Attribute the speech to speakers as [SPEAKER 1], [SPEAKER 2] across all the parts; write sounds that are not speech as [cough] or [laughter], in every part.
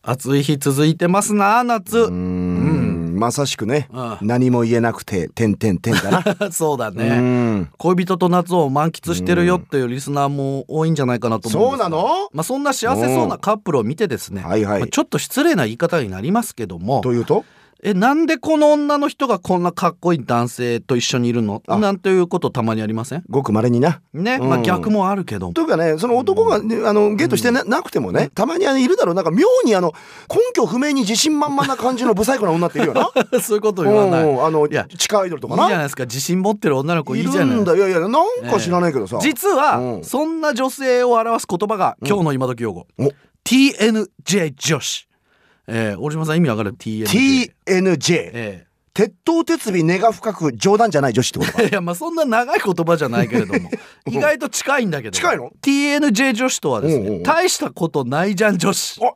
[SPEAKER 1] 暑い日続いてますな夏
[SPEAKER 2] うーんまさしくね
[SPEAKER 1] うん
[SPEAKER 2] 何も言えなくて「てんてんてん」だ
[SPEAKER 1] [laughs]
[SPEAKER 2] な [laughs]
[SPEAKER 1] そうだ
[SPEAKER 2] う
[SPEAKER 1] ね
[SPEAKER 2] ん
[SPEAKER 1] 恋人と夏を満喫してるよっていうリスナーも多いんじゃないかなと思うん
[SPEAKER 2] そ
[SPEAKER 1] で
[SPEAKER 2] う
[SPEAKER 1] すが
[SPEAKER 2] なの
[SPEAKER 1] まあ、そんな幸せそうなカップルを見てですね、
[SPEAKER 2] はいは
[SPEAKER 1] まあ
[SPEAKER 2] い
[SPEAKER 1] ちょっと失礼な言い方になりますけども
[SPEAKER 2] というと
[SPEAKER 1] えなんでこの女の人がこんなかっこいい男性と一緒にいるの
[SPEAKER 2] あ
[SPEAKER 1] なんていうことたまにありません
[SPEAKER 2] ごくまれにな
[SPEAKER 1] ね、
[SPEAKER 2] うん
[SPEAKER 1] まあ逆もあるけ
[SPEAKER 2] [laughs]
[SPEAKER 1] ど
[SPEAKER 2] というかねその男がねあのゲットしてななくてもねたまにあのいるだろうなんか妙にあの根拠不明に自信満々な感じの不細工な女っている [laughs] よな
[SPEAKER 1] そういうことを言わない。い
[SPEAKER 2] うんあの
[SPEAKER 1] いや
[SPEAKER 2] 地下アイドルと
[SPEAKER 1] い [laughs]
[SPEAKER 2] か
[SPEAKER 1] じゃ
[SPEAKER 2] な
[SPEAKER 1] ないですか自信持ってる女の子いいじゃない
[SPEAKER 2] るんだいやいやなんか知らないけどさ、
[SPEAKER 1] 実
[SPEAKER 2] う
[SPEAKER 1] は
[SPEAKER 2] ん
[SPEAKER 1] そんな女性を表す言葉が今日の今時用語、
[SPEAKER 2] お
[SPEAKER 1] TNJ 女子えー、大島さん意味わかる TNJ、
[SPEAKER 2] TNJ
[SPEAKER 1] え
[SPEAKER 2] 鉄頭鉄尾根が深く冗談じゃない女子ってことか
[SPEAKER 1] ー [laughs] いやまあそんな長い言葉じゃないけれ
[SPEAKER 2] [laughs]
[SPEAKER 1] ども意外と近いんだけど
[SPEAKER 2] 近いの
[SPEAKER 1] TNJ 女子とはですね
[SPEAKER 2] おうおうおう
[SPEAKER 1] 大したことないじゃん女子
[SPEAKER 2] あ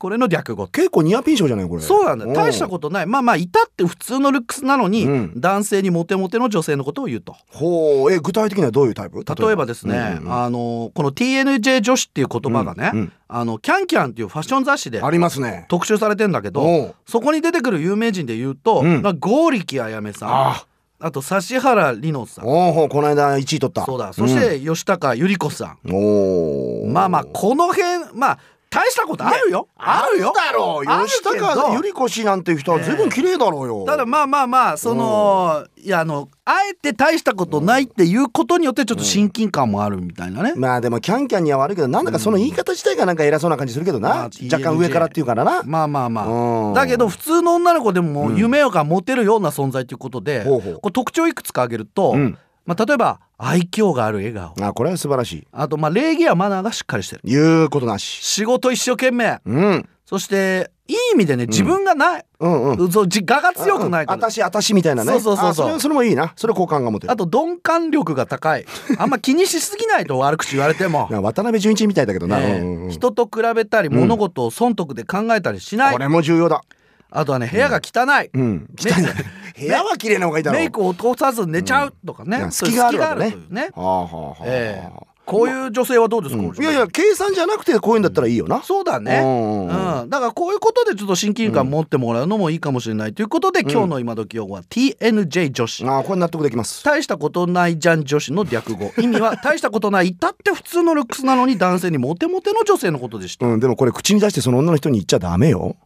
[SPEAKER 1] これの略語
[SPEAKER 2] 結構ニアピン賞じゃないこれ
[SPEAKER 1] そうなんだ大したことないまあまあいたって普通のルックスなのに、
[SPEAKER 2] うん
[SPEAKER 1] 男性にモテモテの女性のことを言うと
[SPEAKER 2] とほうえ具体的にはどういうタイプ
[SPEAKER 1] 例えばですね、
[SPEAKER 2] うんうん
[SPEAKER 1] あのこの TNJ 女子っていう言葉がね、
[SPEAKER 2] うんうん
[SPEAKER 1] あのキャンキャンっていうファッション雑誌で
[SPEAKER 2] ありますね
[SPEAKER 1] 特集されてんだけど
[SPEAKER 2] おう
[SPEAKER 1] そこに出てくる有名人で言うと、
[SPEAKER 2] うん
[SPEAKER 1] なんか剛力あやめさんあ
[SPEAKER 2] あ
[SPEAKER 1] と指原莉乃さん
[SPEAKER 2] おうほうこの間1位取った
[SPEAKER 1] そうだそして吉高由里子さ
[SPEAKER 2] うんお
[SPEAKER 1] ん、
[SPEAKER 2] お
[SPEAKER 1] まあまあこの辺まあ大したことあるよあるよ
[SPEAKER 2] だろう
[SPEAKER 1] ある
[SPEAKER 2] 吉
[SPEAKER 1] けど
[SPEAKER 2] 高由里子氏なんていう人は随分綺麗だろうよ、
[SPEAKER 1] ただまあまあまあそのいやあのあえて大したことないっていうことによってちょっと親近感もあるみたいなね、
[SPEAKER 2] まあでもキャンキャンには悪いけどなんだかその言い方自体がなんか偉そうな感じするけどな、
[SPEAKER 1] まあ
[SPEAKER 2] 若干上からっていうからな、
[SPEAKER 1] まあまあまあ、
[SPEAKER 2] うん
[SPEAKER 1] だけど普通の女の子でも夢が持てるような存在ということで、
[SPEAKER 2] ほうほう
[SPEAKER 1] こう特徴いくつか挙げると、
[SPEAKER 2] うん
[SPEAKER 1] まあ、例えば愛嬌がある笑顔
[SPEAKER 2] あこれは素晴らしい
[SPEAKER 1] あとまあ礼儀やマナーがしっかりしてる
[SPEAKER 2] 言うことなし
[SPEAKER 1] 仕事一生懸命
[SPEAKER 2] うん
[SPEAKER 1] そしていい意味でね自分がない、
[SPEAKER 2] うんうん
[SPEAKER 1] そう自我が強くないこ
[SPEAKER 2] あ
[SPEAKER 1] と
[SPEAKER 2] たしあたしみたいなね
[SPEAKER 1] そうそうそうそう
[SPEAKER 2] あれそれもいいなそれ好感が持てる
[SPEAKER 1] あと鈍感力が高いあんま気にしすぎないと悪口言われても、
[SPEAKER 2] [laughs] な渡辺淳一みたいだけどな、
[SPEAKER 1] ええ
[SPEAKER 2] うんうんうん
[SPEAKER 1] 人と比べたり物事を損得で考えたりしない、
[SPEAKER 2] これも重要だ
[SPEAKER 1] あとはね部屋が汚い、
[SPEAKER 2] うん汚い
[SPEAKER 1] メ
[SPEAKER 2] 部屋は綺麗な方がいいだろう
[SPEAKER 1] メイクを落とさず寝ちゃうとかね、
[SPEAKER 2] うん
[SPEAKER 1] そういう
[SPEAKER 2] 隙があるわけね
[SPEAKER 1] 隙がというね
[SPEAKER 2] はあはあはあ、
[SPEAKER 1] ええこういう女性はどうですか、
[SPEAKER 2] うん
[SPEAKER 1] 大島
[SPEAKER 2] いやいや計算じゃなくてこういうんだったらいいよな、
[SPEAKER 1] そうだね、
[SPEAKER 2] うんうんうん
[SPEAKER 1] うん、だからこういうことでちょっと親近感持ってもらうのもいいかもしれないということで、今日の今時用語は TNJ 女子、
[SPEAKER 2] ああこれ納得できます
[SPEAKER 1] 大したことないじゃん女子の略語意味は大したことない至って普通のルックスなのに男性にモテモテの女性のことでした
[SPEAKER 2] うんでもこれ口に出してその女の人に言っちゃダメよ